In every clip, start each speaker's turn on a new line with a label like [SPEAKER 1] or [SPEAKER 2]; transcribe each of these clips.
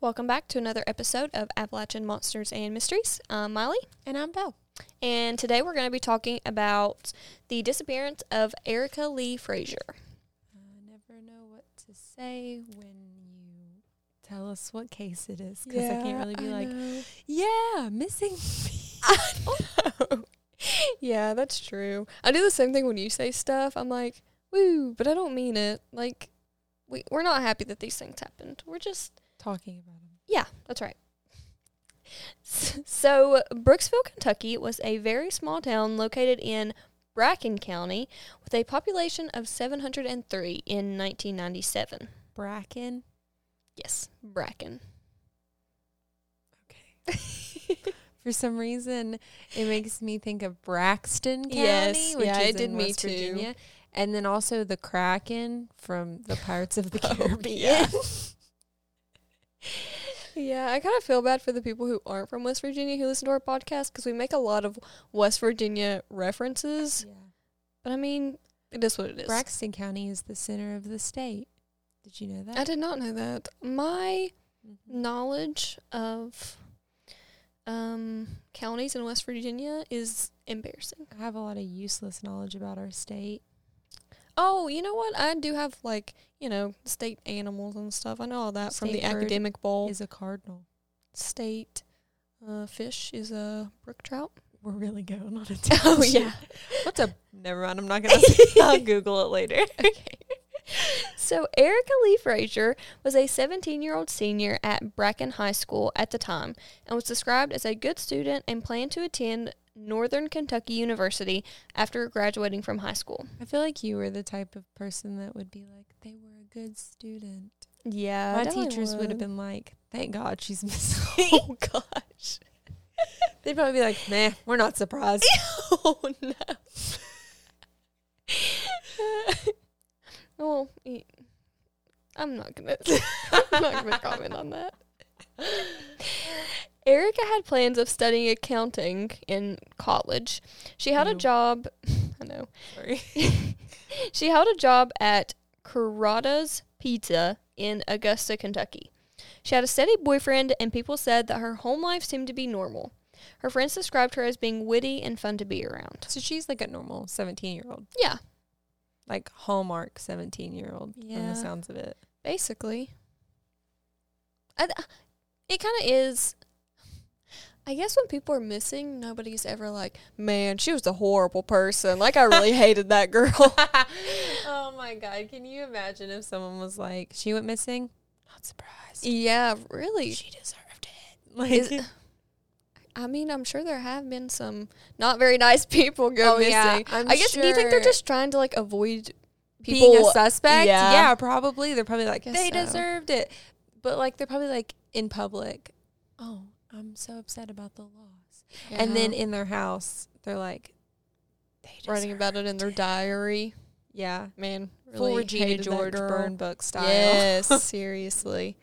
[SPEAKER 1] Welcome back to another episode of Appalachian Monsters and Mysteries. I'm Miley.
[SPEAKER 2] And I'm Belle.
[SPEAKER 1] And today we're going to be talking about the disappearance of Erica Lee Frazier.
[SPEAKER 2] I Uh, never know what to say when you tell us what case it is because
[SPEAKER 1] Because
[SPEAKER 2] I can't really be like, yeah, missing.
[SPEAKER 1] yeah, that's true. I do the same thing when you say stuff. I'm like, woo, but I don't mean it. Like, we, we're not happy that these things happened. We're just
[SPEAKER 2] Talking about him.
[SPEAKER 1] Yeah, that's right. So, Brooksville, Kentucky was a very small town located in Bracken County with a population of 703 in 1997.
[SPEAKER 2] Bracken.
[SPEAKER 1] Yes, Bracken.
[SPEAKER 2] Okay. For some reason, it makes me think of Braxton County,
[SPEAKER 1] Yes,
[SPEAKER 2] which
[SPEAKER 1] yeah,
[SPEAKER 2] is
[SPEAKER 1] it did
[SPEAKER 2] in
[SPEAKER 1] me
[SPEAKER 2] West
[SPEAKER 1] too.
[SPEAKER 2] Virginia, and then also the Kraken from the Pirates of the
[SPEAKER 1] Oh,
[SPEAKER 2] Caribbean.
[SPEAKER 1] yeah. Yeah, I kind of feel bad for the people who aren't from West Virginia who listen to our podcast because we make a lot of West Virginia references. But I mean, it is what it is.
[SPEAKER 2] Braxton County is the center of the state. Did you know that?
[SPEAKER 1] I did not know that. My
[SPEAKER 2] Mhm.
[SPEAKER 1] knowledge of um, counties in West Virginia is embarrassing.
[SPEAKER 2] I have a lot of useless knowledge about our state.
[SPEAKER 1] Oh, you know what? I do have like you know state animals and stuff. I know all that from the
[SPEAKER 2] State bird
[SPEAKER 1] academic bowl.
[SPEAKER 2] Is a cardinal.
[SPEAKER 1] state uh, fish is a brook trout.
[SPEAKER 2] We're really going on a
[SPEAKER 1] Oh
[SPEAKER 2] tangent.
[SPEAKER 1] yeah.
[SPEAKER 2] What's a? Never mind. I'm not gonna. say- I'll Google it later.
[SPEAKER 1] okay. So Erica Lee Frazier was a 17-year-old senior at Bracken High School at the time and was described as a good student and planned to attend Northern Kentucky University after graduating from high school.
[SPEAKER 2] I feel like you were the type of person that would be like, they were a good student.
[SPEAKER 1] Yeah,
[SPEAKER 2] My
[SPEAKER 1] definitely
[SPEAKER 2] teachers would have been like, thank God she's missing.
[SPEAKER 1] Oh gosh.
[SPEAKER 2] They'd probably be like, nah, we're not surprised.
[SPEAKER 1] oh no. well, y- I'm not gonna. I'm not gonna comment on that. Erica had plans of studying accounting in college. She had a
[SPEAKER 2] Ew.
[SPEAKER 1] job. I know.
[SPEAKER 2] Sorry.
[SPEAKER 1] She held a job at Carrada's Pizza in Augusta, Kentucky. She had a steady boyfriend, and people said that her home life seemed to be normal. Her friends described her as being witty and fun to be around.
[SPEAKER 2] So she's like a normal 17 year old,
[SPEAKER 1] Yeah,
[SPEAKER 2] like Hallmark 17 year old, from
[SPEAKER 1] Yeah.
[SPEAKER 2] the sounds of it.
[SPEAKER 1] basically. I th- it kind of is. I guess when people are missing, nobody's ever like, man, she was a horrible person. Like, I really hated that girl.
[SPEAKER 2] oh my God. Can you imagine if someone was like, she went missing? Not surprised.
[SPEAKER 1] yeah, really.
[SPEAKER 2] She deserved it. Like,
[SPEAKER 1] Is- I mean, I'm sure there have been some not very nice people go
[SPEAKER 2] Oh,
[SPEAKER 1] missing.
[SPEAKER 2] yeah, I'm
[SPEAKER 1] I guess do you think they're
[SPEAKER 2] sure.
[SPEAKER 1] just trying to like avoid people?
[SPEAKER 2] being a suspect.
[SPEAKER 1] Yeah.
[SPEAKER 2] Yeah, probably. They're probably like,
[SPEAKER 1] Guess
[SPEAKER 2] they
[SPEAKER 1] so.
[SPEAKER 2] deserved it. But like, they're probably like in public, oh, I'm so upset about the loss. And then in their house, they're like, they
[SPEAKER 1] writing about it in their diary.
[SPEAKER 2] Yeah.
[SPEAKER 1] Man, really
[SPEAKER 2] Full Regina
[SPEAKER 1] hated that
[SPEAKER 2] George
[SPEAKER 1] girl.
[SPEAKER 2] burn book style.
[SPEAKER 1] Yes, seriously.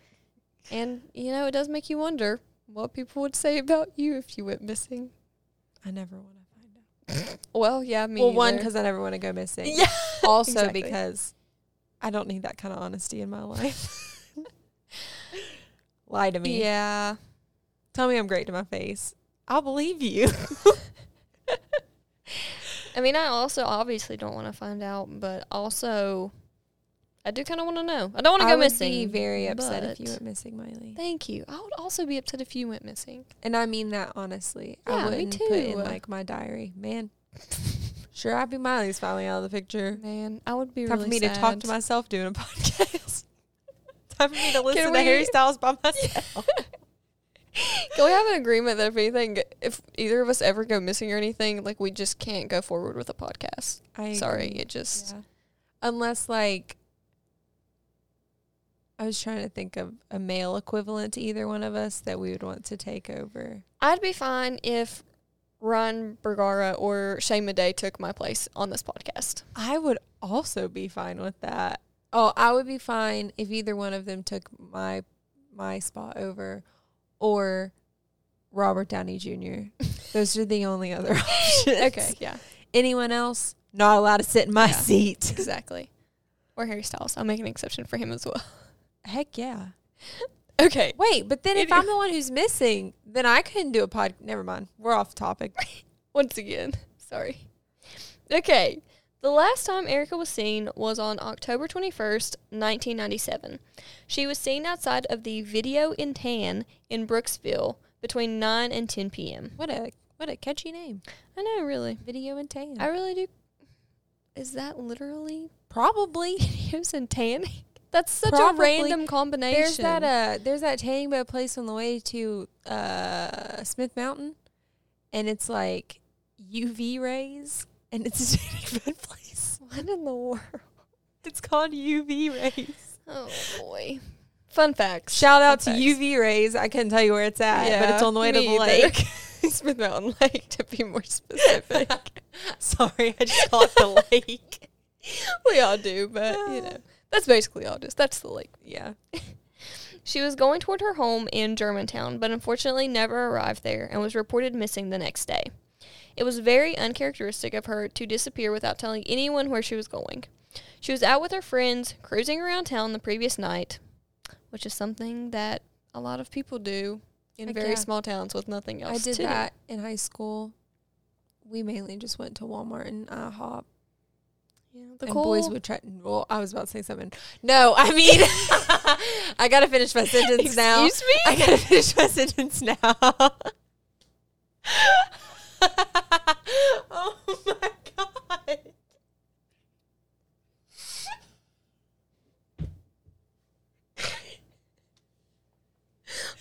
[SPEAKER 1] And you know, it does make you wonder what people would say about you if you went missing.
[SPEAKER 2] I never want to find out.
[SPEAKER 1] Well, yeah, me.
[SPEAKER 2] well, one,
[SPEAKER 1] either.
[SPEAKER 2] because I never want to go missing.
[SPEAKER 1] yeah,
[SPEAKER 2] Also,
[SPEAKER 1] exactly.
[SPEAKER 2] because I don't need that kind of honesty in my life. Lie to me.
[SPEAKER 1] yeah.
[SPEAKER 2] Tell me I'm great to my face. I'll believe you.
[SPEAKER 1] I mean, I also obviously don't want to find out, but also I do kind of want to know. I don't want to
[SPEAKER 2] I
[SPEAKER 1] go
[SPEAKER 2] would
[SPEAKER 1] missing.
[SPEAKER 2] Be very upset if
[SPEAKER 1] but-
[SPEAKER 2] you went missing, Miley.
[SPEAKER 1] Thank you. I would also be upset if you went missing.
[SPEAKER 2] And I mean that honestly.
[SPEAKER 1] Yeah,
[SPEAKER 2] I
[SPEAKER 1] me
[SPEAKER 2] wouldn't put in
[SPEAKER 1] too.
[SPEAKER 2] like my diary, man. sure, I'd be Miley's finally out of the picture.
[SPEAKER 1] Man, I would be
[SPEAKER 2] Time
[SPEAKER 1] really
[SPEAKER 2] for me to talk to myself doing a podcast. Time for me to listen to
[SPEAKER 1] we-
[SPEAKER 2] Harry Styles by myself.
[SPEAKER 1] Can we have an agreement that if anything, if either of us ever go missing or anything, like we just can't go forward with a podcast.
[SPEAKER 2] I
[SPEAKER 1] Sorry,
[SPEAKER 2] agree.
[SPEAKER 1] it just
[SPEAKER 2] Yeah. Unless like I was trying to think of a male equivalent to either one of us that we would want to take over.
[SPEAKER 1] I'd be fine if Ron Bergara or Shay Day took my place on this podcast.
[SPEAKER 2] I would also be fine with that. Oh, I would be fine if either one of them took my my spot over or Robert Downey Jr. Those are the only other options.
[SPEAKER 1] Okay, yeah,
[SPEAKER 2] Anyone else not allowed to sit in my
[SPEAKER 1] Yeah.
[SPEAKER 2] seat.
[SPEAKER 1] exactly. Or Harry Styles. I'll make an exception for him as well.
[SPEAKER 2] Heck yeah.
[SPEAKER 1] Okay.
[SPEAKER 2] Wait, but then
[SPEAKER 1] It
[SPEAKER 2] if I'm the one who's missing, then I couldn't do a pod. Never mind. We're off topic.
[SPEAKER 1] Once again, sorry. Okay. The last time Erica was seen was on October 21st, 1997. She was seen outside of the Video in Tan in Brooksville between 9 and 10 p.m.
[SPEAKER 2] What a what a catchy name.
[SPEAKER 1] I know, really.
[SPEAKER 2] Video and tan.
[SPEAKER 1] I really do. Is that literally
[SPEAKER 2] Probably.
[SPEAKER 1] videos and tanning? That's such
[SPEAKER 2] Probably.
[SPEAKER 1] a random combination.
[SPEAKER 2] There's that uh there's that tanning bed place on the way to uh Smith Mountain and it's like UV rays and it's a tanning bed place.
[SPEAKER 1] what in the world?
[SPEAKER 2] It's called UV rays.
[SPEAKER 1] Oh boy. Fun facts.
[SPEAKER 2] Shout out to
[SPEAKER 1] Fun facts.
[SPEAKER 2] UV rays. I couldn't tell you where it's at, but it's on the way to the
[SPEAKER 1] me either.
[SPEAKER 2] lake.
[SPEAKER 1] Smith Mountain Lake, to be more specific.
[SPEAKER 2] Sorry, I just called the lake.
[SPEAKER 1] we all do, but you know, that's basically all. Just that's the lake.
[SPEAKER 2] Yeah.
[SPEAKER 1] She was going toward her home in Germantown, but unfortunately never arrived there and was reported missing the next day. It was very uncharacteristic of her to disappear without telling anyone where she was going. She was out with her friends cruising around town the previous night, which is something that a lot of people do in
[SPEAKER 2] Heck
[SPEAKER 1] very
[SPEAKER 2] yeah.
[SPEAKER 1] small towns with nothing else.
[SPEAKER 2] I did
[SPEAKER 1] to do.
[SPEAKER 2] that in high school. We mainly just went to Walmart and IHOP.
[SPEAKER 1] Yeah, the
[SPEAKER 2] and
[SPEAKER 1] cool
[SPEAKER 2] boys would try. Well, I was about to say something. No, I mean, I gotta finish my sentence now.
[SPEAKER 1] Excuse me?
[SPEAKER 2] I gotta finish my sentence now. oh my god!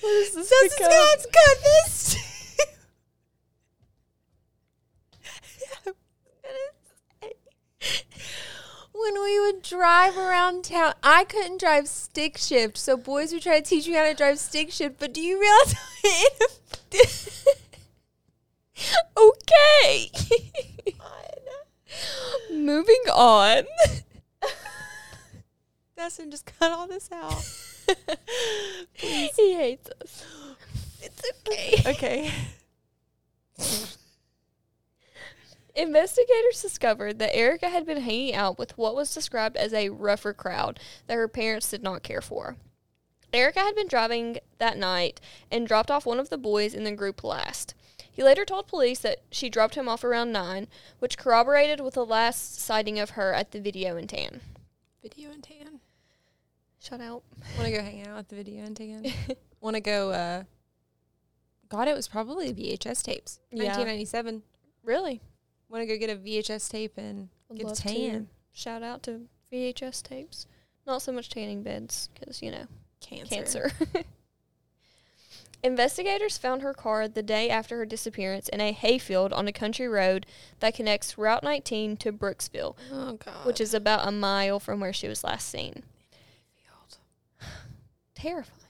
[SPEAKER 1] What is this
[SPEAKER 2] This is
[SPEAKER 1] become?
[SPEAKER 2] God's got this. when we would drive around town, I couldn't drive stick shift, so boys would try to teach me how to drive stick shift. But do you realize?
[SPEAKER 1] okay. Moving on.
[SPEAKER 2] Dustin, just cut all this out.
[SPEAKER 1] he hates us. It's okay.
[SPEAKER 2] Okay.
[SPEAKER 1] Investigators discovered that Erica had been hanging out with what was described as a rougher crowd that her parents did not care for. Erica had been driving that night and dropped off one of the boys in the group last. He later told police that she dropped him off around 9, which corroborated with the last sighting of her at the video in tan.
[SPEAKER 2] Video and tan.
[SPEAKER 1] Shut out.
[SPEAKER 2] Want to go hang out at the video and tan? Want to go? uh God, it was probably VHS tapes.
[SPEAKER 1] Yeah.
[SPEAKER 2] 1997.
[SPEAKER 1] Really?
[SPEAKER 2] Want to go get a VHS tape and
[SPEAKER 1] Would
[SPEAKER 2] get a
[SPEAKER 1] love to.
[SPEAKER 2] tan?
[SPEAKER 1] Shout out to VHS tapes. Not so much tanning beds, because, you know, cancer. Investigators found her car the day after her disappearance in a hayfield on a country road that connects Route 19 to Brooksville,
[SPEAKER 2] Oh god.
[SPEAKER 1] which is about a mile from where she was last seen. Terrifying,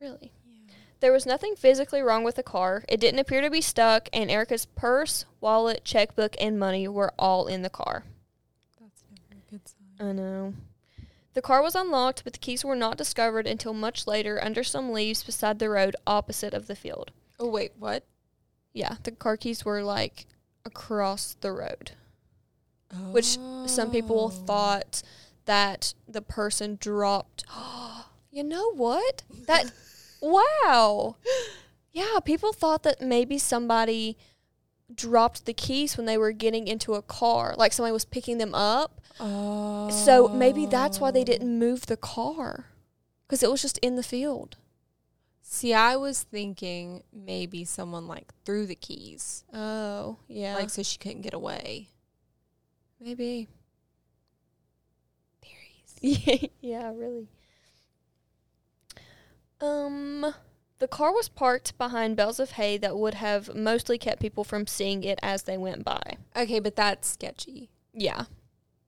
[SPEAKER 1] really. There was nothing physically wrong with the car. It didn't appear to be stuck, and Erica's purse, wallet, checkbook, and money were all in the car.
[SPEAKER 2] That's never a good sign.
[SPEAKER 1] I know. The car was unlocked, but the keys were not discovered until much later under some leaves beside the road opposite of the field.
[SPEAKER 2] Oh wait, what?
[SPEAKER 1] Yeah, the car keys were like across the road,
[SPEAKER 2] Oh.
[SPEAKER 1] which some people thought that the person dropped. you know what? That wow. Yeah, people thought that maybe somebody dropped the keys when they were getting into a car, like somebody was picking them up.
[SPEAKER 2] Oh.
[SPEAKER 1] So maybe that's why they didn't move the car because it was just in the field.
[SPEAKER 2] Oh. See, I was thinking maybe someone like threw the keys,
[SPEAKER 1] Oh, yeah.
[SPEAKER 2] like so she couldn't get away.
[SPEAKER 1] maybe.
[SPEAKER 2] Theories.
[SPEAKER 1] yeah, really. Um, the car was parked behind bales of hay that would have mostly kept people from seeing it as they went by.
[SPEAKER 2] Okay, but that's sketchy.
[SPEAKER 1] Yeah.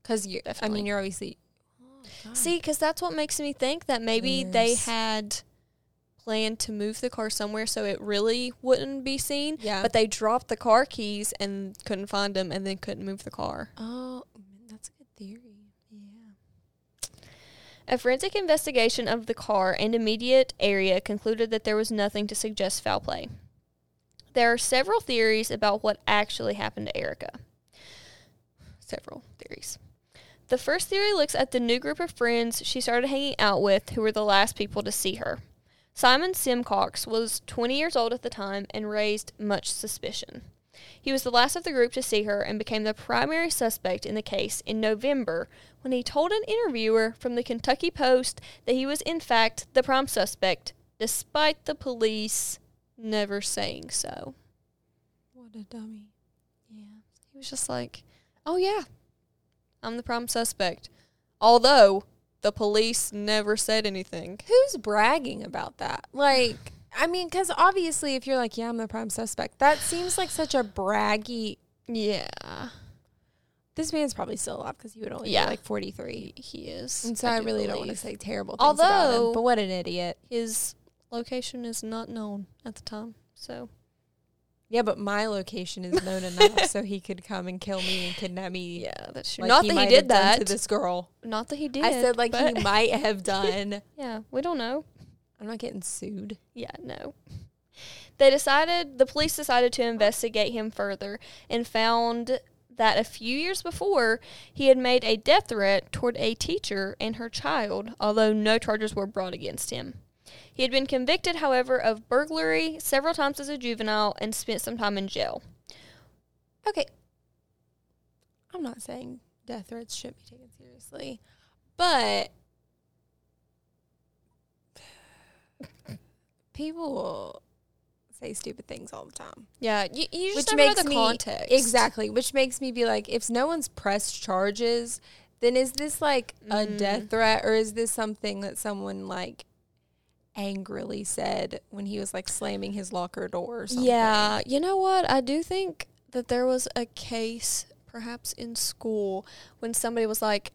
[SPEAKER 2] Cause you, I
[SPEAKER 1] Definitely.
[SPEAKER 2] mean, you're obviously. oh,
[SPEAKER 1] See, because that's what makes me think that maybe they
[SPEAKER 2] Layers.
[SPEAKER 1] had planned to move the car somewhere so it really wouldn't be seen.
[SPEAKER 2] Yeah.
[SPEAKER 1] But they dropped the car keys and couldn't find them and then couldn't move the car.
[SPEAKER 2] oh, that's a good theory.
[SPEAKER 1] Yeah. A forensic investigation of the car and immediate area concluded that there was nothing to suggest foul play. There are several theories about what actually happened to Erica. Several theories. The first theory looks at the new group of friends she started hanging out with who were the last people to see her. Simon Simcox was 20 years old at the time and raised much suspicion. He was the last of the group to see her and became the primary suspect in the case in November when he told an interviewer from the Kentucky Post that he was, in fact, the prime suspect, despite the police never saying so.
[SPEAKER 2] What a dummy.
[SPEAKER 1] Yeah. He was just like, oh, yeah, I'm the prime suspect. Although the police never said anything.
[SPEAKER 2] Who's bragging about that? Like, I mean, because obviously, if you're like, yeah, I'm the prime suspect, that seems like such a braggy.
[SPEAKER 1] Yeah.
[SPEAKER 2] This man's probably still alive because he would only
[SPEAKER 1] Yeah.
[SPEAKER 2] be like 43.
[SPEAKER 1] He is.
[SPEAKER 2] And so I,
[SPEAKER 1] do
[SPEAKER 2] really don't want to
[SPEAKER 1] believe.
[SPEAKER 2] say terrible things about him,
[SPEAKER 1] Although-
[SPEAKER 2] but what an idiot.
[SPEAKER 1] His location is not known at the time. So
[SPEAKER 2] Yeah, but my location is known enough so he could come and kill me and kidnap me.
[SPEAKER 1] yeah, that's true.
[SPEAKER 2] like
[SPEAKER 1] not
[SPEAKER 2] he
[SPEAKER 1] uh, that he
[SPEAKER 2] might
[SPEAKER 1] did
[SPEAKER 2] have done
[SPEAKER 1] that.
[SPEAKER 2] to this girl.
[SPEAKER 1] Not that he did.
[SPEAKER 2] I said like
[SPEAKER 1] but-
[SPEAKER 2] he might have done.
[SPEAKER 1] yeah, we don't know.
[SPEAKER 2] I'm not getting sued.
[SPEAKER 1] Yeah, no. They decided, the police decided to investigate him further and found that a few years before, he had made a death threat toward a teacher and her child, although no charges were brought against him. He had been convicted, however, of burglary several times as a juvenile and spent some time in jail.
[SPEAKER 2] Okay. I'm not saying death threats should be taken seriously, but people will say stupid things all the time.
[SPEAKER 1] Yeah, you, you
[SPEAKER 2] Which makes me- Exactly. Which makes me be like, if no one's pressed charges, then is this like a
[SPEAKER 1] Mm.
[SPEAKER 2] death threat or is this something that someone like angrily said when he was like slamming his locker door or something?
[SPEAKER 1] Yeah, you know what? I do think that there was a case, perhaps in school, when somebody was like,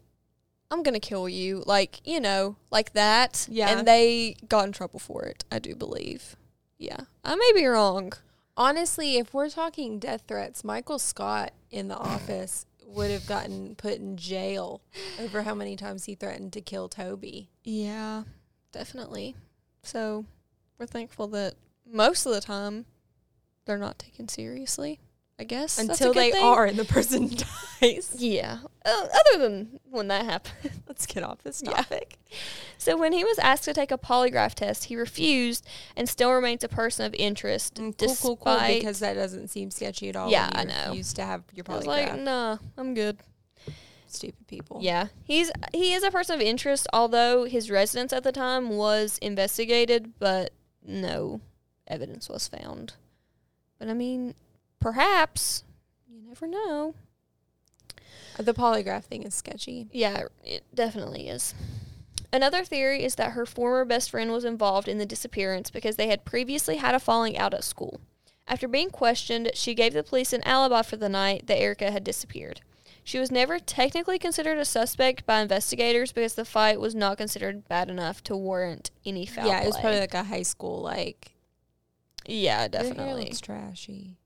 [SPEAKER 1] "I'm gonna kill you," like you know, like that.
[SPEAKER 2] Yeah.
[SPEAKER 1] and they got in trouble for it. I do believe. Yeah, I may be wrong.
[SPEAKER 2] Honestly, if we're talking death threats, Michael Scott in the office would have gotten put in jail over how many times he threatened to kill Toby.
[SPEAKER 1] Yeah, definitely. So, we're thankful that most of the time they're not taken seriously. I guess That's a
[SPEAKER 2] Until
[SPEAKER 1] good
[SPEAKER 2] they
[SPEAKER 1] thing.
[SPEAKER 2] are and the person dies.
[SPEAKER 1] Yeah. Uh, other than when that happened.
[SPEAKER 2] Let's get off this
[SPEAKER 1] Yeah.
[SPEAKER 2] topic.
[SPEAKER 1] So when he was asked to take a polygraph test, he refused and still remains a person of interest.
[SPEAKER 2] Mm, Cool,
[SPEAKER 1] despite,
[SPEAKER 2] cool, cool. Because that doesn't seem sketchy at all. when
[SPEAKER 1] Yeah,
[SPEAKER 2] you
[SPEAKER 1] I know.
[SPEAKER 2] Refuse to have your
[SPEAKER 1] I was
[SPEAKER 2] polygraph.
[SPEAKER 1] like, nah, I'm good.
[SPEAKER 2] Stupid people.
[SPEAKER 1] Yeah, he's he is a person of interest, although his residence at the time was investigated, but no evidence was found. But I mean, perhaps you never know.
[SPEAKER 2] The polygraph thing is sketchy.
[SPEAKER 1] Yeah, it definitely is. Another theory is that her former best friend was involved in the disappearance because they had previously had a falling out at school. After being questioned, she gave the police an alibi for the night that Erica had disappeared. She was never technically considered a suspect by investigators because the fight was not considered bad enough to warrant any foul
[SPEAKER 2] yeah, it was
[SPEAKER 1] play.
[SPEAKER 2] probably like a high school, like,
[SPEAKER 1] yeah,
[SPEAKER 2] your hair
[SPEAKER 1] definitely.
[SPEAKER 2] looks trashy.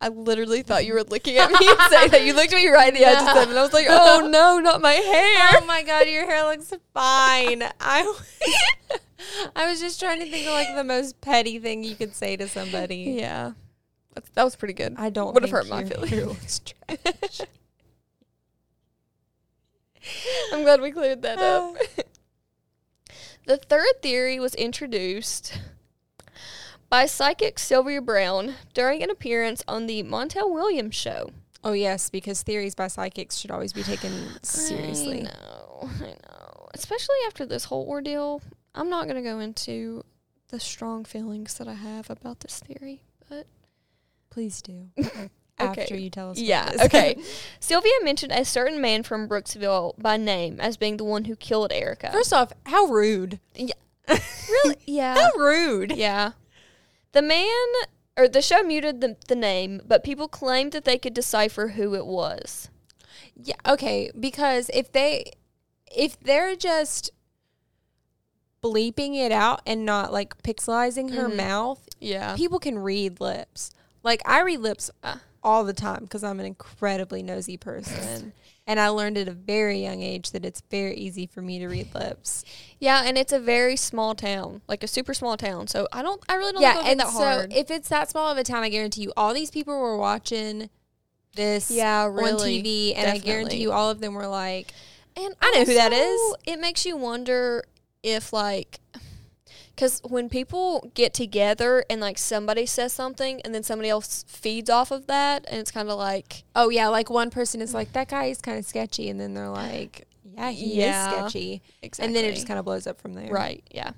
[SPEAKER 1] I literally thought you were looking at me and saying that. You looked at me right in the eyes and said, and I was like, "Oh no, not my hair."
[SPEAKER 2] Oh my god, your hair looks fine. I was, I was just trying to think of like the most petty thing you could say to somebody.
[SPEAKER 1] Yeah, That's, that was pretty good.
[SPEAKER 2] I don't
[SPEAKER 1] Would've
[SPEAKER 2] think
[SPEAKER 1] hurt my
[SPEAKER 2] your
[SPEAKER 1] feelings.
[SPEAKER 2] hair looks trash.
[SPEAKER 1] I'm glad we cleared that up. the third theory was introduced by psychic Sylvia Brown during an appearance on the Montel Williams show.
[SPEAKER 2] oh yes, because theories by psychics should always be taken seriously.
[SPEAKER 1] I know, I know. Especially after this whole ordeal. I'm not going to go into the strong feelings that I have about this theory, but
[SPEAKER 2] Please do.
[SPEAKER 1] Okay.
[SPEAKER 2] After you tell us. what
[SPEAKER 1] Yeah,
[SPEAKER 2] it is.
[SPEAKER 1] okay. Sylvia mentioned a certain man from Brooksville by name as being the one who killed Erica.
[SPEAKER 2] First off, how rude.
[SPEAKER 1] Yeah.
[SPEAKER 2] really?
[SPEAKER 1] yeah.
[SPEAKER 2] How rude.
[SPEAKER 1] Yeah. The man or the show muted the, the name, but people claimed that they could decipher who it was.
[SPEAKER 2] Yeah, okay, because if they if they're just bleeping it out and not like pixelizing her mouth,
[SPEAKER 1] Yeah.
[SPEAKER 2] people can read lips. Like I read lips uh,
[SPEAKER 1] Ah.
[SPEAKER 2] all the time because I'm an incredibly nosy person. and I learned at a very young age that it's very easy for me to read lips.
[SPEAKER 1] Yeah, and it's a very small town, like a super small town. So I don't I really don't
[SPEAKER 2] yeah,
[SPEAKER 1] think it'll be
[SPEAKER 2] and
[SPEAKER 1] that
[SPEAKER 2] so
[SPEAKER 1] hard.
[SPEAKER 2] if it's that small of a town, I guarantee you all these people were watching this
[SPEAKER 1] yeah,
[SPEAKER 2] on TV and I guarantee
[SPEAKER 1] Definitely.
[SPEAKER 2] you all of them were like
[SPEAKER 1] And
[SPEAKER 2] I know who that is.
[SPEAKER 1] also, It makes you wonder if like Because when people get together and like somebody says something and then somebody else feeds off of that, and it's kind of like,
[SPEAKER 2] Oh yeah, like one person is like that guy is kind of sketchy, and then they're like, yeah, he
[SPEAKER 1] Yeah.
[SPEAKER 2] is sketchy,
[SPEAKER 1] exactly.
[SPEAKER 2] and then it just kind of blows up from there.
[SPEAKER 1] Right, yeah.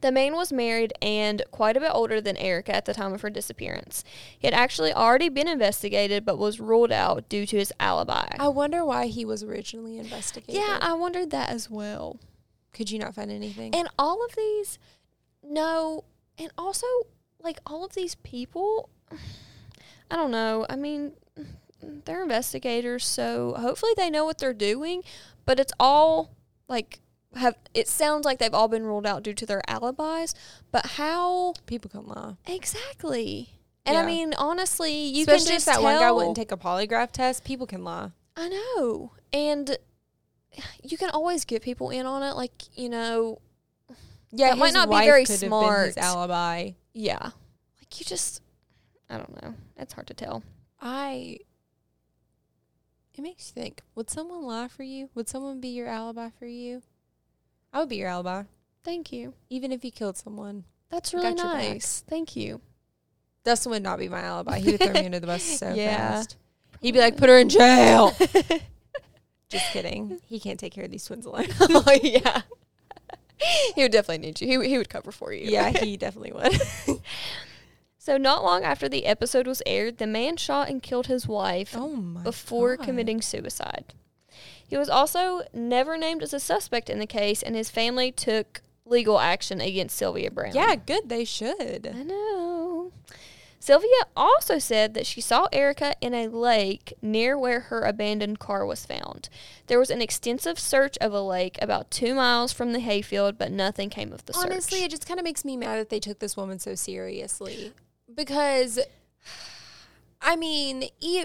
[SPEAKER 1] The man was married and quite a bit older than Erica at the time of her disappearance. He had actually already been investigated but was ruled out due to his alibi.
[SPEAKER 2] I wonder why he was originally investigated.
[SPEAKER 1] yeah, I wondered that as well.
[SPEAKER 2] could you not find anything?
[SPEAKER 1] And all of these, no, and also, like, all of these people, I don't know. I mean, they're investigators, so hopefully they know what they're doing, but it's all like, have it sounds like they've all been ruled out due to their alibis, but how
[SPEAKER 2] People can lie.
[SPEAKER 1] exactly? And I
[SPEAKER 2] Yeah.
[SPEAKER 1] mean, honestly, you
[SPEAKER 2] Especially
[SPEAKER 1] can
[SPEAKER 2] if
[SPEAKER 1] just
[SPEAKER 2] that
[SPEAKER 1] tell,
[SPEAKER 2] one guy wouldn't take a polygraph test. People can lie.
[SPEAKER 1] I know. And you can always get people in on it. Like, you know,
[SPEAKER 2] Yeah,
[SPEAKER 1] That might
[SPEAKER 2] his
[SPEAKER 1] not be
[SPEAKER 2] wife
[SPEAKER 1] very
[SPEAKER 2] could have been
[SPEAKER 1] smart.
[SPEAKER 2] his alibi.
[SPEAKER 1] yeah. Like, you just, I don't know. It's hard to tell.
[SPEAKER 2] I. It makes you think. Would someone lie for you? Would someone be your alibi for you? I would be your alibi,
[SPEAKER 1] Thank you.
[SPEAKER 2] even if you killed someone.
[SPEAKER 1] That's
[SPEAKER 2] I
[SPEAKER 1] really
[SPEAKER 2] got your back.
[SPEAKER 1] nice. Thank you.
[SPEAKER 2] Dustin would not be my alibi. He would throw me under the bus so
[SPEAKER 1] Yeah.
[SPEAKER 2] fast. He'd be like, "Put her in jail." Just kidding. He can't take care of these twins alone.
[SPEAKER 1] oh, yeah. he would definitely need you. He, would- he would cover for you.
[SPEAKER 2] yeah, he definitely would.
[SPEAKER 1] So, not long after the episode was aired, the man shot and killed his wife
[SPEAKER 2] oh my!
[SPEAKER 1] before
[SPEAKER 2] God.
[SPEAKER 1] committing suicide. He was also never named as a suspect in the case, and his family took legal action against Sylvia Brown.
[SPEAKER 2] Yeah, good. They should.
[SPEAKER 1] I know. Sylvia also said that she saw Erica in a lake near where her abandoned car was found. There was an extensive search of a lake about two miles from the hayfield, but nothing came of the search.
[SPEAKER 2] Honestly, it just kind of makes me mad that they took this woman so seriously because, I mean, e-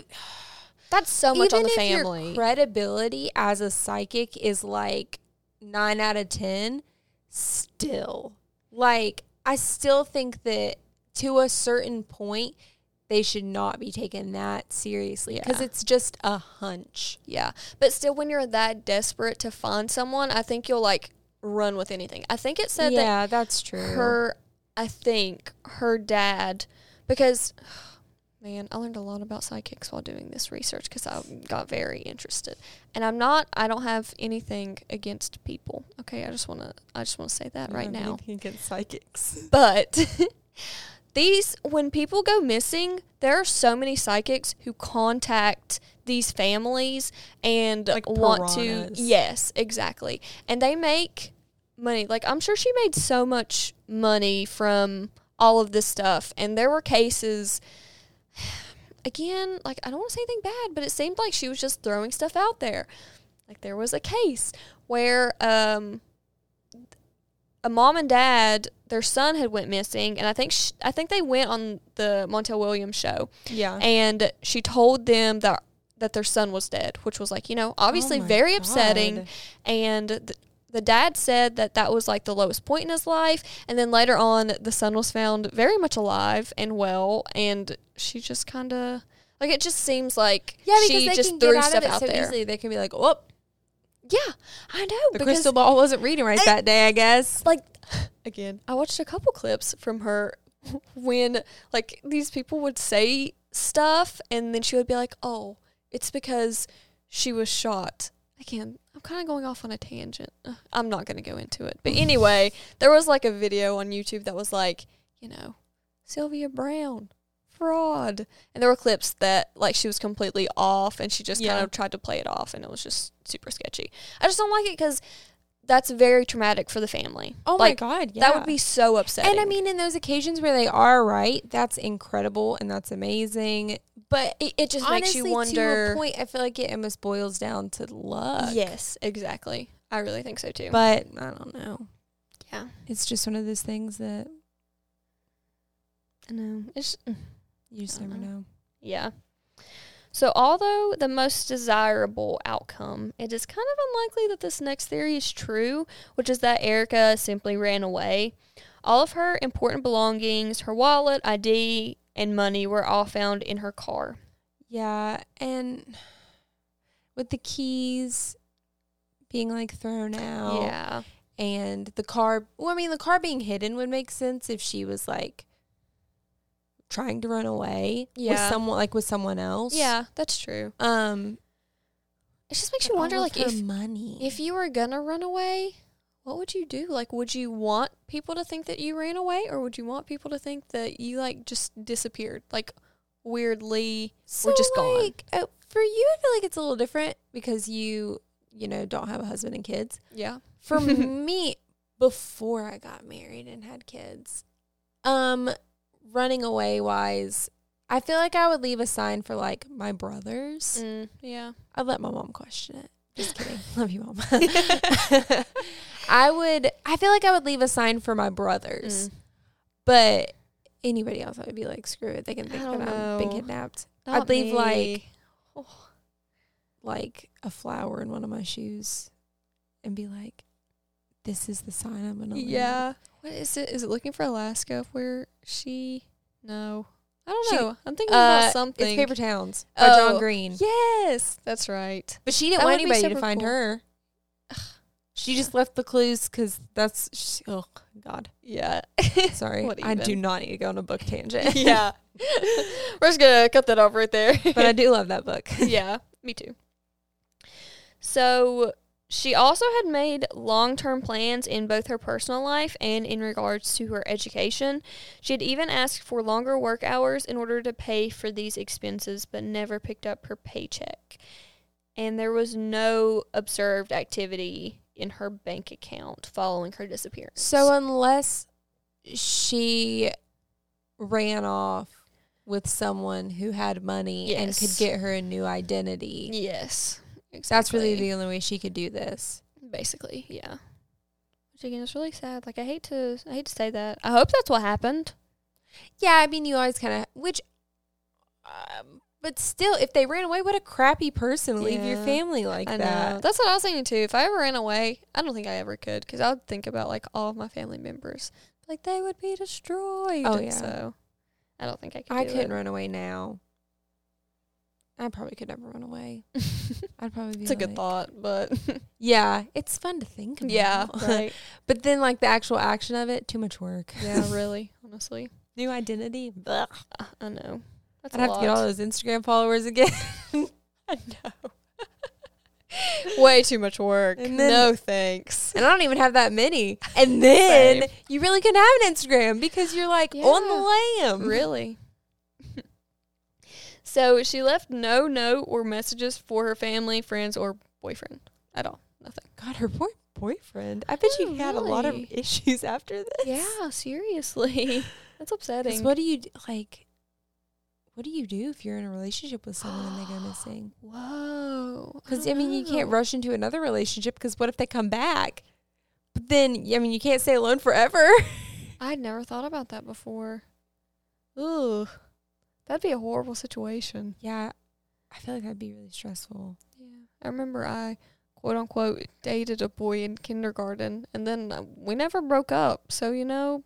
[SPEAKER 1] that's so
[SPEAKER 2] even if Your credibility as a psychic is like nine out of ten. Still, like I still think that to a certain point, they should not be taken that seriously because
[SPEAKER 1] Yeah.
[SPEAKER 2] it's just a hunch.
[SPEAKER 1] yeah, but still, when you're that desperate to find someone, I think you'll like run with anything. I think it said that
[SPEAKER 2] that's true.
[SPEAKER 1] her i think her dad because man i learned a lot about psychics while doing this research because i got very interested and i'm not i don't have anything against people okay i just want to i just want to say that right now
[SPEAKER 2] against psychics.
[SPEAKER 1] but these when people go missing there are so many psychics who contact these families and
[SPEAKER 2] Like
[SPEAKER 1] want to
[SPEAKER 2] piranhas.
[SPEAKER 1] yes exactly and they make money like i'm sure she made so much money from all of this stuff and there were cases again like i don't want to say anything bad but it seemed like she was just throwing stuff out there like there was a case where um a mom and dad their son had went missing and i think sh i think they went on the montel williams show
[SPEAKER 2] Yeah. Oh
[SPEAKER 1] and she told them that that their son was dead which was like you know obviously
[SPEAKER 2] Oh my
[SPEAKER 1] very
[SPEAKER 2] God.
[SPEAKER 1] upsetting and th- the dad said that that was like the lowest point in his life and then later on the son was found very much alive and well and she just kind of like it just seems like
[SPEAKER 2] yeah, because
[SPEAKER 1] she
[SPEAKER 2] they
[SPEAKER 1] just
[SPEAKER 2] can
[SPEAKER 1] threw
[SPEAKER 2] get out
[SPEAKER 1] stuff
[SPEAKER 2] of it
[SPEAKER 1] out
[SPEAKER 2] so
[SPEAKER 1] there
[SPEAKER 2] easily. They can be like, "Whoop,
[SPEAKER 1] yeah i know
[SPEAKER 2] the
[SPEAKER 1] because
[SPEAKER 2] crystal ball wasn't reading right that day." I guess.
[SPEAKER 1] like again i watched a couple clips from her when like these people would say stuff and then she would be like oh it's because she was shot again i'm kind of going off on a tangent Ugh, i'm not going to go into it but anyway there was like a video on youtube that was like you know sylvia brown fraud and there were clips that like she was completely off and she just kind
[SPEAKER 2] Yeah.
[SPEAKER 1] of tried to play it off and it was just super sketchy i just don't like it because that's very traumatic for the family
[SPEAKER 2] Oh
[SPEAKER 1] like,
[SPEAKER 2] my god, yeah.
[SPEAKER 1] that would be so upsetting.
[SPEAKER 2] And I mean, in those occasions where they are right, that's incredible and that's amazing. But
[SPEAKER 1] it, it just makes
[SPEAKER 2] honestly,
[SPEAKER 1] you
[SPEAKER 2] to
[SPEAKER 1] wonder.
[SPEAKER 2] a point, I feel like it almost boils down to luck.
[SPEAKER 1] yes, exactly. I really think so too.
[SPEAKER 2] But I don't know.
[SPEAKER 1] Yeah.
[SPEAKER 2] It's just one of those things that
[SPEAKER 1] I know. It's,
[SPEAKER 2] you just
[SPEAKER 1] I don't
[SPEAKER 2] never know.
[SPEAKER 1] yeah. So, although the most desirable outcome, it is kind of unlikely that this next theory is true, which is that Erica simply ran away. All of her important belongings, her wallet, ID, and money were all found in her car.
[SPEAKER 2] Yeah. And with the keys being like thrown out.
[SPEAKER 1] Oh. Yeah.
[SPEAKER 2] and the car. Well, I mean, the car being hidden would make sense if she was like trying to run away with
[SPEAKER 1] Yeah.
[SPEAKER 2] someone, like with someone else.
[SPEAKER 1] Yeah, that's true.
[SPEAKER 2] Um,
[SPEAKER 1] It just makes
[SPEAKER 2] but
[SPEAKER 1] you wonder,
[SPEAKER 2] all
[SPEAKER 1] like,
[SPEAKER 2] of her
[SPEAKER 1] if
[SPEAKER 2] money.
[SPEAKER 1] if you were gonna run away, what would you do? Like, would you want people to think that you ran away, or would you want people to think that you like just disappeared, like weirdly?
[SPEAKER 2] so
[SPEAKER 1] just gone.
[SPEAKER 2] like, uh, for you, I feel like it's a little different because you, you know, don't have a husband and kids.
[SPEAKER 1] Yeah.
[SPEAKER 2] for me before I got married and had kids. Um running away wise, I feel like I would leave a sign for like my brothers.
[SPEAKER 1] Mm, yeah.
[SPEAKER 2] I'd let my mom question it. Just kidding. Love you, mom. I would I feel like I would leave a sign for my brothers.
[SPEAKER 1] Mm.
[SPEAKER 2] But anybody else I would be like, screw it. They can think
[SPEAKER 1] I don't
[SPEAKER 2] that I'm being
[SPEAKER 1] know.
[SPEAKER 2] kidnapped.
[SPEAKER 1] Not
[SPEAKER 2] I'd leave like
[SPEAKER 1] me.
[SPEAKER 2] like a flower in one of my shoes and be like, This is the sign I'm gonna leave.
[SPEAKER 1] yeah. What is it? Is it looking for Alaska? Where she? No. I don't
[SPEAKER 2] She-
[SPEAKER 1] know. I'm thinking
[SPEAKER 2] Uh,
[SPEAKER 1] about
[SPEAKER 2] it's
[SPEAKER 1] something.
[SPEAKER 2] It's Paper Towns by
[SPEAKER 1] Oh,
[SPEAKER 2] John Green.
[SPEAKER 1] Yes, that's right.
[SPEAKER 2] But she didn't
[SPEAKER 1] That
[SPEAKER 2] want
[SPEAKER 1] would be
[SPEAKER 2] anybody to
[SPEAKER 1] super
[SPEAKER 2] find
[SPEAKER 1] cool.
[SPEAKER 2] her. She just left the clues because that's. She, oh, God.
[SPEAKER 1] Yeah.
[SPEAKER 2] Sorry.
[SPEAKER 1] What
[SPEAKER 2] I do
[SPEAKER 1] even?
[SPEAKER 2] not need to go on a book tangent.
[SPEAKER 1] yeah. We're just going to cut that off right there.
[SPEAKER 2] but I do love that book.
[SPEAKER 1] yeah, me too. So she also had made long term plans in both her personal life and in regards to her education. She had even asked for longer work hours in order to pay for these expenses, but never picked up her paycheck. And there was no observed activity in her bank account following her disappearance.
[SPEAKER 2] So unless she ran off with someone who had money and could
[SPEAKER 1] Yes.
[SPEAKER 2] get her a new identity,
[SPEAKER 1] yes,
[SPEAKER 2] that's really
[SPEAKER 1] exactly.
[SPEAKER 2] the only way she could do this.
[SPEAKER 1] basically yeah which again is really sad like i hate to i hate to say that i hope that's what happened
[SPEAKER 2] Yeah, I mean, you always kind of which, um, but still, if they ran away, what a crappy person to leave your
[SPEAKER 1] Yeah.
[SPEAKER 2] family like
[SPEAKER 1] i
[SPEAKER 2] that.
[SPEAKER 1] know that's what i was thinking too if i ever ran away i don't think i ever could because i would think about like all of my family members like they would be destroyed
[SPEAKER 2] Oh, yeah.
[SPEAKER 1] so i don't think i could
[SPEAKER 2] I
[SPEAKER 1] do
[SPEAKER 2] couldn't
[SPEAKER 1] it.
[SPEAKER 2] run away now. I probably could never run away. I'd probably be.
[SPEAKER 1] it's a good
[SPEAKER 2] like-
[SPEAKER 1] thought but
[SPEAKER 2] Yeah, it's fun to think. About.
[SPEAKER 1] yeah right
[SPEAKER 2] but then like the actual action of it, too much work.
[SPEAKER 1] yeah really honestly
[SPEAKER 2] New identity. Blech.
[SPEAKER 1] i, I know that's
[SPEAKER 2] I'd
[SPEAKER 1] a
[SPEAKER 2] have to
[SPEAKER 1] lot.
[SPEAKER 2] get all those Instagram followers again.
[SPEAKER 1] i know way too much work
[SPEAKER 2] And then-
[SPEAKER 1] no thanks
[SPEAKER 2] And I don't even have that many. And then you really couldn't have an Instagram because you're like on the lam.
[SPEAKER 1] Really? so she left no note or messages for her family, friends, or boyfriend at all. Nothing.
[SPEAKER 2] God, her poor boyfriend. I bet she
[SPEAKER 1] Oh,
[SPEAKER 2] had a lot of
[SPEAKER 1] really?
[SPEAKER 2] issues after this.
[SPEAKER 1] Yeah, seriously. That's
[SPEAKER 2] 'Cause
[SPEAKER 1] upsetting.
[SPEAKER 2] what do you d- like? What do you do if you're in a relationship with someone and they go missing?
[SPEAKER 1] Whoa.
[SPEAKER 2] Because I
[SPEAKER 1] don't
[SPEAKER 2] mean, you can't
[SPEAKER 1] know.
[SPEAKER 2] rush into another relationship. Because what if they come back? But then, I mean, you can't stay alone forever.
[SPEAKER 1] I'd never thought about that before. Ugh. That'd be a horrible situation.
[SPEAKER 2] yeah, I feel like that'd be really stressful.
[SPEAKER 1] Yeah. I remember I quote unquote dated a boy in kindergarten and then uh, we never broke up. So, you know,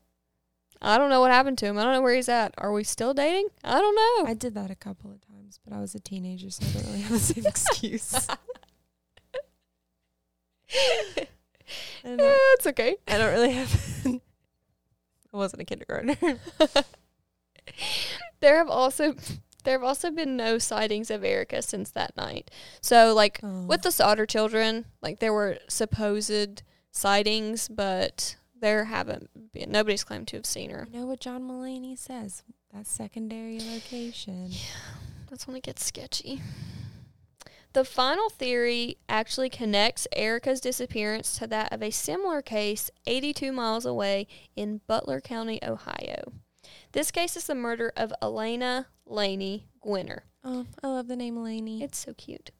[SPEAKER 1] I don't know what happened to him. I don't know where he's at. Are we still dating? I don't know.
[SPEAKER 2] I did that a couple of times, but I was a teenager, so I don't really have the same excuse. I
[SPEAKER 1] Yeah,
[SPEAKER 2] don't,
[SPEAKER 1] it's okay.
[SPEAKER 2] I don't really have. I wasn't a kindergartner.
[SPEAKER 1] There have also there have also been no sightings of Erica since that night. So like
[SPEAKER 2] Oh.
[SPEAKER 1] with the Sauter children, like there were supposed sightings, but there haven't been nobody's claimed to have seen her.
[SPEAKER 2] You know what John Mulaney says? That secondary location.
[SPEAKER 1] That's when it gets sketchy. The final theory actually connects Erica's disappearance to that of a similar case 82 miles away in Butler County, Ohio. This case is the murder of Elena Laney Gwinner.
[SPEAKER 2] Oh, I love the name Mulaney.
[SPEAKER 1] It's so cute.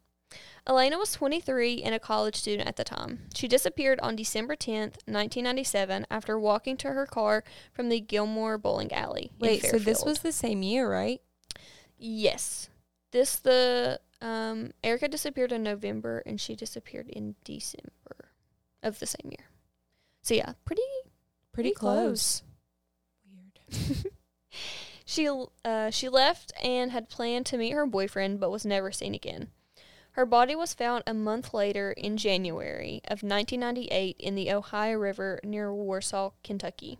[SPEAKER 1] Elena was 23 and a college student at the time. She disappeared on December 10th, 1997, after walking to her car from the Gilmore Bowling Alley. in
[SPEAKER 2] Wait, so this
[SPEAKER 1] Fairfield.
[SPEAKER 2] was the same year, right?
[SPEAKER 1] Yes. This the um Erica disappeared in November and she disappeared in December of the same year. So yeah, pretty
[SPEAKER 2] Pretty close. Weird.
[SPEAKER 1] She uh, she left and had planned to meet her boyfriend, but was never seen again. Her body was found a month later in January of 1998 in the Ohio River near Warsaw, Kentucky.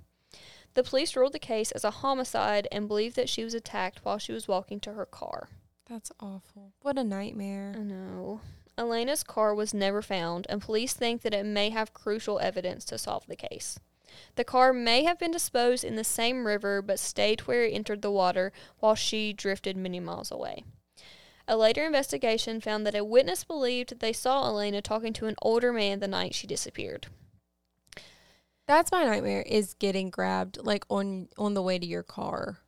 [SPEAKER 1] The police ruled the case as a homicide and believed that she was attacked while she was walking to her car.
[SPEAKER 2] That's awful. What a nightmare.
[SPEAKER 1] I know. Elena's car was never found, and police think that it may have crucial evidence to solve the case. The car may have been disposed in the same river but stayed where it entered the water while she drifted many miles away. A later investigation found that a witness believed they saw Elena talking to an older man the night she disappeared.
[SPEAKER 2] That's my nightmare is getting grabbed like on on the way to your car.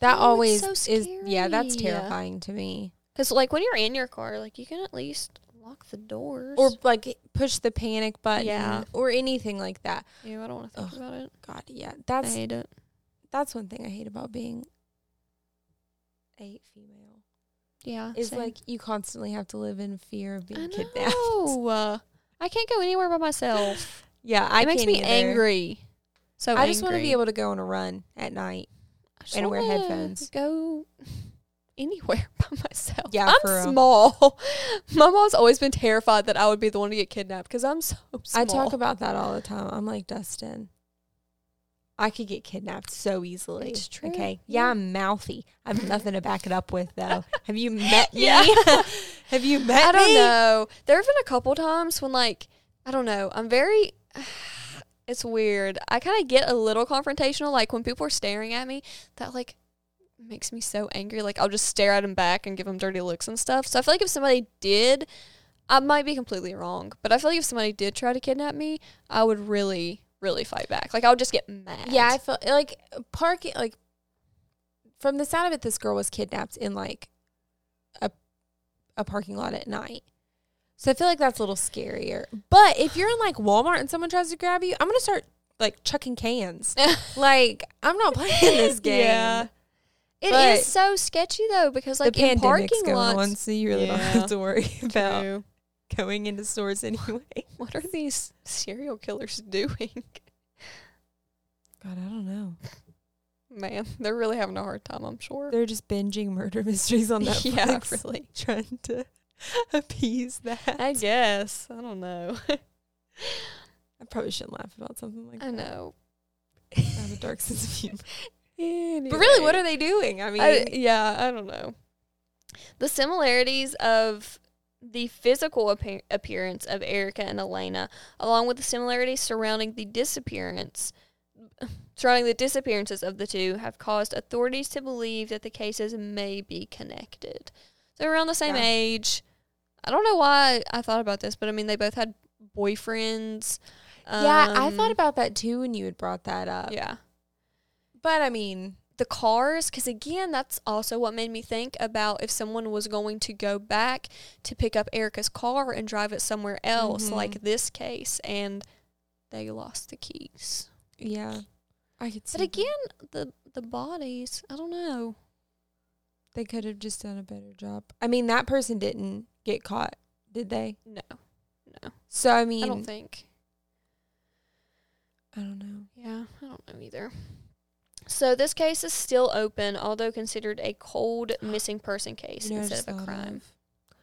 [SPEAKER 2] That always is yeah, that's terrifying to me.
[SPEAKER 1] Because, like, when you're in your car, like, you can at least lock the doors.
[SPEAKER 2] Or like push the panic button
[SPEAKER 1] Yeah.
[SPEAKER 2] or anything like that.
[SPEAKER 1] yeah, I don't want to think
[SPEAKER 2] Ugh.
[SPEAKER 1] about it.
[SPEAKER 2] God, yeah.
[SPEAKER 1] I
[SPEAKER 2] That's
[SPEAKER 1] hate it.
[SPEAKER 2] that's one thing I hate about being a female.
[SPEAKER 1] Yeah.
[SPEAKER 2] Is
[SPEAKER 1] Oh, same.
[SPEAKER 2] like you constantly have to live in fear of being
[SPEAKER 1] I
[SPEAKER 2] kidnapped.
[SPEAKER 1] know. Uh, I can't go anywhere by myself.
[SPEAKER 2] Yeah, I
[SPEAKER 1] It makes
[SPEAKER 2] can't
[SPEAKER 1] me
[SPEAKER 2] either.
[SPEAKER 1] angry. So
[SPEAKER 2] I just want to be
[SPEAKER 1] angry.
[SPEAKER 2] able to go on a run at night.
[SPEAKER 1] I just
[SPEAKER 2] and wear
[SPEAKER 1] wanna
[SPEAKER 2] headphones.
[SPEAKER 1] Go anywhere by myself.
[SPEAKER 2] Yeah,
[SPEAKER 1] I'm
[SPEAKER 2] for real.
[SPEAKER 1] small. My mom's always been terrified that I would be the one to get kidnapped because I'm so small.
[SPEAKER 2] I talk about that all the time. I'm like Dustin. I could get kidnapped so easily.
[SPEAKER 1] It's true.
[SPEAKER 2] Okay. Yeah,
[SPEAKER 1] Yeah.
[SPEAKER 2] I'm mouthy. I have nothing to back it up with though. Have you met me?
[SPEAKER 1] Yeah.
[SPEAKER 2] have you met
[SPEAKER 1] I don't
[SPEAKER 2] me?
[SPEAKER 1] know. There have been a couple times when like I don't know. I'm very. It's weird. I kind of get a little confrontational, like when people are staring at me. That like makes me so angry. Like I'll just stare at them back and give them dirty looks and stuff. So I feel like if somebody did, I might be completely wrong, but I feel like if somebody did try to kidnap me, I would really, really fight back. Like I would just get mad.
[SPEAKER 2] Yeah, I feel like parking like from the sound of it, this girl was kidnapped in like a a parking lot at night. So I feel like that's a little scarier. But if you're in like Walmart and someone tries to grab you, I'm gonna start like chucking cans. like I'm not playing this game.
[SPEAKER 1] Yeah. It
[SPEAKER 2] But-
[SPEAKER 1] is so sketchy though because like
[SPEAKER 2] the
[SPEAKER 1] in
[SPEAKER 2] pandemic's
[SPEAKER 1] parking
[SPEAKER 2] going on,
[SPEAKER 1] lots.
[SPEAKER 2] so you really don't
[SPEAKER 1] Yeah.
[SPEAKER 2] have to worry about
[SPEAKER 1] True.
[SPEAKER 2] going into stores anyway.
[SPEAKER 1] What are these serial killers doing?
[SPEAKER 2] God, I don't know.
[SPEAKER 1] Man, they're really having a hard time, I'm sure.
[SPEAKER 2] They're just binging murder mysteries on Netflix.
[SPEAKER 1] Yeah,
[SPEAKER 2] really trying to appease that.
[SPEAKER 1] I guess. I don't know.
[SPEAKER 2] I probably shouldn't laugh about something like
[SPEAKER 1] I know.
[SPEAKER 2] that. I have a dark sense of humor.
[SPEAKER 1] Anyway.
[SPEAKER 2] But really, what are they doing? I mean,
[SPEAKER 1] I, yeah, I don't know. The similarities of the physical appear- appearance of Erica and Elena, along with the similarities surrounding the disappearance, surrounding the disappearances of the two, have caused authorities to believe that the cases may be connected. They're around the same
[SPEAKER 2] Yeah.
[SPEAKER 1] age. I don't know why I thought about this, but I mean, they both had boyfriends.
[SPEAKER 2] yeah, I thought
[SPEAKER 1] Um,
[SPEAKER 2] about that too when you had brought that up.
[SPEAKER 1] yeah.
[SPEAKER 2] But I mean,
[SPEAKER 1] the cars because again that's also what made me think about if someone was going to go back to pick up erica's car and drive it somewhere else
[SPEAKER 2] Mhm.
[SPEAKER 1] like this case and they lost the keys Mm-hmm.
[SPEAKER 2] yeah, I could. See
[SPEAKER 1] but
[SPEAKER 2] that.
[SPEAKER 1] again the the bodies i don't know
[SPEAKER 2] they could have just done a better job. I mean, that person didn't get caught, did they?
[SPEAKER 1] no no
[SPEAKER 2] So I mean,
[SPEAKER 1] i don't think
[SPEAKER 2] I don't know.
[SPEAKER 1] yeah i don't know either so this case is still open although considered a cold missing person case
[SPEAKER 2] You know, I
[SPEAKER 1] instead
[SPEAKER 2] just
[SPEAKER 1] of a
[SPEAKER 2] thought
[SPEAKER 1] crime
[SPEAKER 2] of-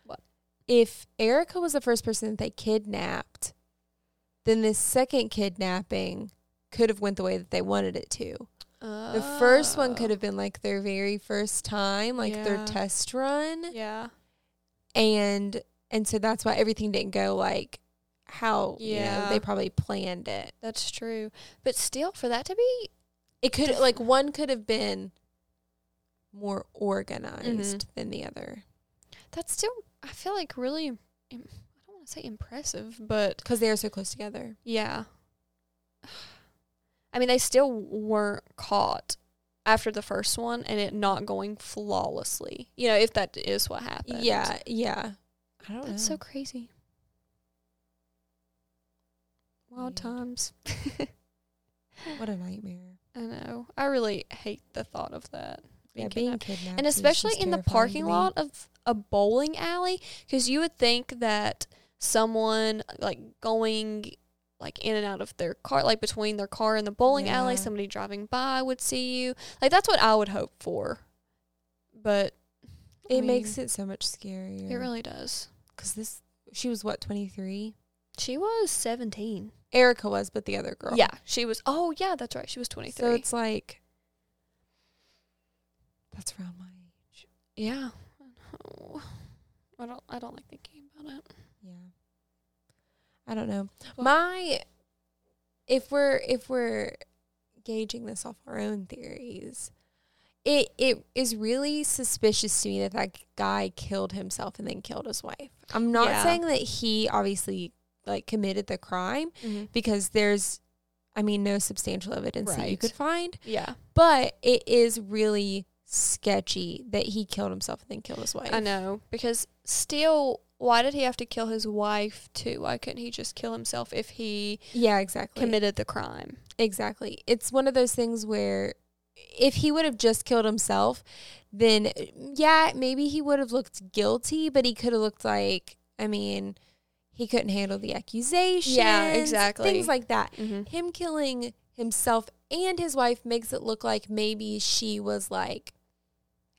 [SPEAKER 1] What?
[SPEAKER 2] If Erica was the first person that they kidnapped, then this second kidnapping could have went the way that they wanted it to. The first one
[SPEAKER 1] Uh,
[SPEAKER 2] could have been like their very first time, like
[SPEAKER 1] Yeah.
[SPEAKER 2] their test run.
[SPEAKER 1] yeah
[SPEAKER 2] And and so that's why everything didn't go like how you
[SPEAKER 1] Yeah.
[SPEAKER 2] know, they probably planned it.
[SPEAKER 1] that's true but still for that to be
[SPEAKER 2] It could like one could have been more organized than the other
[SPEAKER 1] that's still I feel like really im- I don't want to say impressive, but
[SPEAKER 2] because they are so close together.
[SPEAKER 1] yeah. I mean, they still weren't caught after the first one and it not going flawlessly. You know, if that is what happened.
[SPEAKER 2] Yeah, yeah. I don't
[SPEAKER 1] That's
[SPEAKER 2] know.
[SPEAKER 1] so crazy. Wild
[SPEAKER 2] Weird.
[SPEAKER 1] times.
[SPEAKER 2] what a nightmare.
[SPEAKER 1] I know. I really hate the thought of that.
[SPEAKER 2] yeah,
[SPEAKER 1] being
[SPEAKER 2] being kidnapped,
[SPEAKER 1] and especially in the parking lot of a bowling alley because you would think that someone like going like in and out of their car like between their car and the bowling alley
[SPEAKER 2] Yeah.
[SPEAKER 1] somebody driving by would see you like that's what i would hope for but
[SPEAKER 2] It makes it so much scarier.
[SPEAKER 1] It really does.
[SPEAKER 2] Because this, she was what, 23?
[SPEAKER 1] She was 17.
[SPEAKER 2] Erica was, but the other girl.
[SPEAKER 1] Yeah, she was. Oh, yeah, that's right. She was 23.
[SPEAKER 2] So it's like, that's around my age.
[SPEAKER 1] yeah. Oh, I don't. I don't like thinking about it.
[SPEAKER 2] Yeah. I don't know. My, if we're, if we're gauging this off our own theories, it, it is really suspicious to me that that guy killed himself and then killed his wife. I'm not
[SPEAKER 1] Yeah.
[SPEAKER 2] saying that he obviously like committed the crime,
[SPEAKER 1] Mm-hmm.
[SPEAKER 2] because there's I mean no substantial evidence that you
[SPEAKER 1] Right.
[SPEAKER 2] could find,
[SPEAKER 1] Yeah,
[SPEAKER 2] but it is really sketchy that he killed himself and then killed his wife.
[SPEAKER 1] I know. Because still, why did he have to kill his wife too? Why couldn't he just kill himself if he
[SPEAKER 2] Yeah, exactly.
[SPEAKER 1] committed the crime?
[SPEAKER 2] exactly. It's one of those things where if he would have just killed himself, then yeah, maybe he would have looked guilty, but he could have looked like I mean, he couldn't handle the accusations.
[SPEAKER 1] exactly.
[SPEAKER 2] Things like that.
[SPEAKER 1] Mm-hmm.
[SPEAKER 2] him killing himself and his wife makes it look like maybe she was like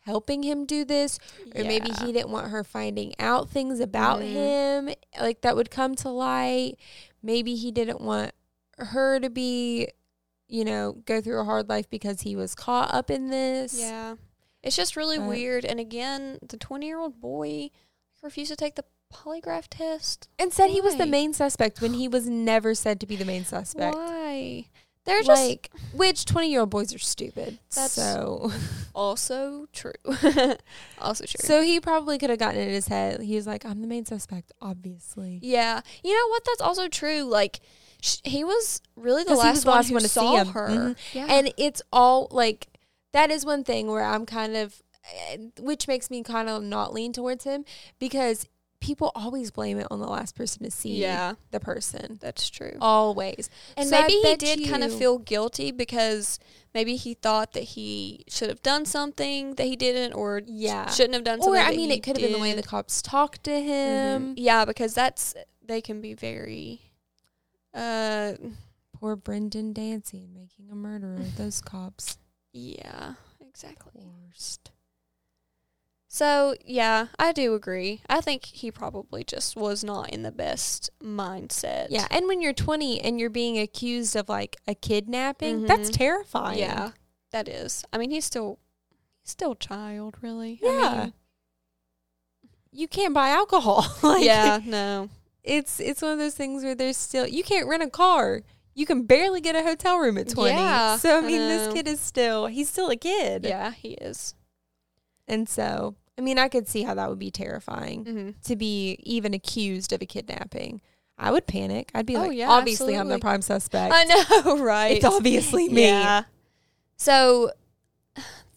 [SPEAKER 2] helping him do this or maybe he didn't want her finding out things about
[SPEAKER 1] Mm-hmm.
[SPEAKER 2] him like that would come to light maybe he didn't want her to be you know go through a hard life because he was caught up in this
[SPEAKER 1] Yeah. It's just really
[SPEAKER 2] But-
[SPEAKER 1] weird. And again, the 20 year old boy refused to take the polygraph test.
[SPEAKER 2] and said he was
[SPEAKER 1] Why?
[SPEAKER 2] the main suspect when he was never said to be the main suspect
[SPEAKER 1] Why? They're just
[SPEAKER 2] like which 20 year old boys are stupid
[SPEAKER 1] That's-
[SPEAKER 2] so
[SPEAKER 1] also true. also true.
[SPEAKER 2] So he probably could have gotten it in his head. He was like, I'm the main suspect, obviously.
[SPEAKER 1] yeah. You know what? That's also true. Like, sh- he was really the
[SPEAKER 2] 'Cause he
[SPEAKER 1] last,
[SPEAKER 2] was the
[SPEAKER 1] one
[SPEAKER 2] last
[SPEAKER 1] who
[SPEAKER 2] one to see
[SPEAKER 1] saw
[SPEAKER 2] him.
[SPEAKER 1] her.
[SPEAKER 2] Mhm.
[SPEAKER 1] Yeah.
[SPEAKER 2] And it's all like, that is one thing where I'm kind of, eh, which makes me kind of not lean towards him because people always blame it on the last person to see
[SPEAKER 1] yeah,
[SPEAKER 2] the person.
[SPEAKER 1] that's true.
[SPEAKER 2] Always.
[SPEAKER 1] And
[SPEAKER 2] So I
[SPEAKER 1] maybe he
[SPEAKER 2] bet
[SPEAKER 1] did kind of
[SPEAKER 2] you-
[SPEAKER 1] feel guilty because maybe he thought that he should have done something that he didn't, or
[SPEAKER 2] Yeah.
[SPEAKER 1] shouldn't have done
[SPEAKER 2] Or,
[SPEAKER 1] something.
[SPEAKER 2] I
[SPEAKER 1] that
[SPEAKER 2] mean,
[SPEAKER 1] he
[SPEAKER 2] it could have been the way
[SPEAKER 1] did. Mm-hmm.
[SPEAKER 2] the cops talked to him.
[SPEAKER 1] Yeah, because that's they can be very uh
[SPEAKER 2] Poor Brendan Dancy making a murderer. Those cops.
[SPEAKER 1] yeah, exactly.
[SPEAKER 2] Worst.
[SPEAKER 1] So, yeah, I do agree. I think he probably just was not in the best mindset.
[SPEAKER 2] Yeah, and when you're 20 and you're being accused of like a kidnapping, that's
[SPEAKER 1] Mhm.
[SPEAKER 2] terrifying.
[SPEAKER 1] Yeah. That is. I mean, he's still he's still a child, really.
[SPEAKER 2] Yeah.
[SPEAKER 1] I mean,
[SPEAKER 2] You can't buy alcohol. like,
[SPEAKER 1] yeah, no.
[SPEAKER 2] It's it's one of those things where there's still you can't rent a car. You can barely get a hotel room at 20.
[SPEAKER 1] Yeah,
[SPEAKER 2] so I
[SPEAKER 1] I
[SPEAKER 2] mean this
[SPEAKER 1] know.
[SPEAKER 2] kid is still he's still a kid.
[SPEAKER 1] Yeah, he is.
[SPEAKER 2] And so I mean I could see how that would be terrifying
[SPEAKER 1] Mm-hmm.
[SPEAKER 2] to be even accused of a kidnapping. I would panic. I'd be
[SPEAKER 1] Oh,
[SPEAKER 2] like
[SPEAKER 1] yeah,
[SPEAKER 2] obviously I'm the
[SPEAKER 1] absolutely.
[SPEAKER 2] prime suspect.
[SPEAKER 1] I know, right?
[SPEAKER 2] It's obviously me.
[SPEAKER 1] Yeah. So,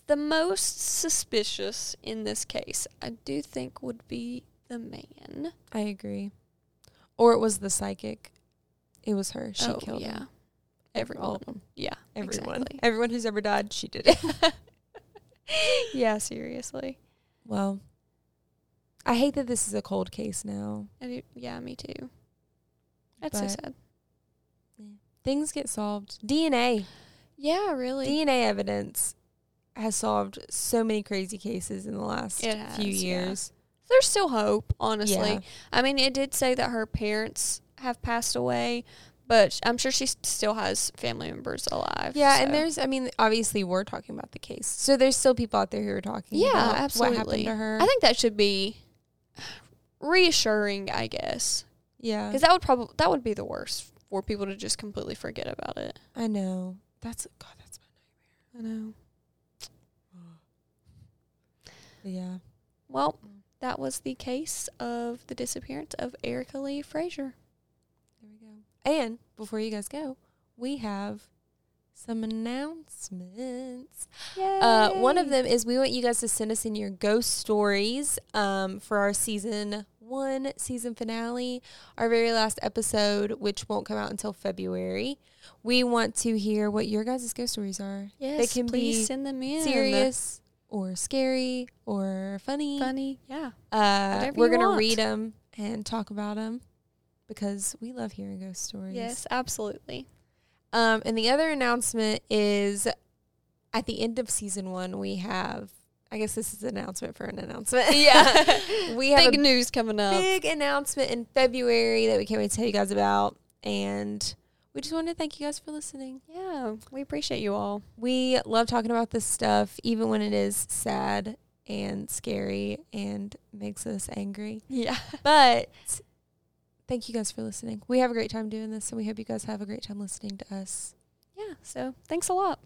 [SPEAKER 1] the most suspicious in this case, I do think, would be the man.
[SPEAKER 2] I agree. Or it was the psychic. It was her. She killed
[SPEAKER 1] Oh, yeah.
[SPEAKER 2] him.
[SPEAKER 1] Everyone.
[SPEAKER 2] All of them.
[SPEAKER 1] Yeah.
[SPEAKER 2] Everyone.
[SPEAKER 1] Exactly.
[SPEAKER 2] Everyone who's ever died, she did it.
[SPEAKER 1] Yeah, seriously.
[SPEAKER 2] well, I hate that this is a cold case now.
[SPEAKER 1] I do, yeah, me too. That's
[SPEAKER 2] But-
[SPEAKER 1] so sad.
[SPEAKER 2] Things get solved. DNA.
[SPEAKER 1] Yeah, really.
[SPEAKER 2] DNA evidence has solved so many crazy cases in the last
[SPEAKER 1] It has,
[SPEAKER 2] few
[SPEAKER 1] yeah.
[SPEAKER 2] years.
[SPEAKER 1] There's still hope, honestly.
[SPEAKER 2] Yeah.
[SPEAKER 1] I mean, it did say that her parents have passed away, but I'm sure she s- still has family members alive.
[SPEAKER 2] Yeah,
[SPEAKER 1] so-
[SPEAKER 2] and there's I mean, obviously we're talking about the case. So there's still people out there who are talking
[SPEAKER 1] Yeah,
[SPEAKER 2] about
[SPEAKER 1] absolutely.
[SPEAKER 2] what happened to her.
[SPEAKER 1] I think that should be reassuring, I guess,
[SPEAKER 2] yeah.
[SPEAKER 1] because that would probably that would be the worst for people to just completely forget about it.
[SPEAKER 2] I know. That's God, that's
[SPEAKER 1] I know.
[SPEAKER 2] my yeah.
[SPEAKER 1] Well, that was the case of the disappearance of Erica Lee Frazier.
[SPEAKER 2] There we go. And before you guys go, we have some announcements. Uh, one of them is we want you guys to send us in your ghost stories um, for our season one season finale, our very last episode, which won't come out until February. We want to hear what your guys' ghost stories are.
[SPEAKER 1] yes,
[SPEAKER 2] can
[SPEAKER 1] please
[SPEAKER 2] be
[SPEAKER 1] send them in.
[SPEAKER 2] Serious or scary or funny.
[SPEAKER 1] funny, yeah,
[SPEAKER 2] Uh,
[SPEAKER 1] Whatever
[SPEAKER 2] we're
[SPEAKER 1] you
[SPEAKER 2] going to
[SPEAKER 1] want.
[SPEAKER 2] read them and talk about them because we love hearing ghost stories.
[SPEAKER 1] yes, absolutely.
[SPEAKER 2] Um, and the other announcement is at the end of season one, we have I guess this is an announcement for an announcement.
[SPEAKER 1] Yeah.
[SPEAKER 2] we have
[SPEAKER 1] Big news coming
[SPEAKER 2] a
[SPEAKER 1] up.
[SPEAKER 2] big announcement in February that we can't wait to tell you guys about. And we just want to thank you guys for listening.
[SPEAKER 1] Yeah, we appreciate you all.
[SPEAKER 2] We love talking about this stuff, even when it is sad and scary and makes us angry.
[SPEAKER 1] Yeah.
[SPEAKER 2] But thank you guys for listening. We have a great time doing this, and we hope you guys have a great time listening to us.
[SPEAKER 1] Yeah. So thanks a lot.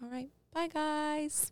[SPEAKER 2] All right. Bye, guys.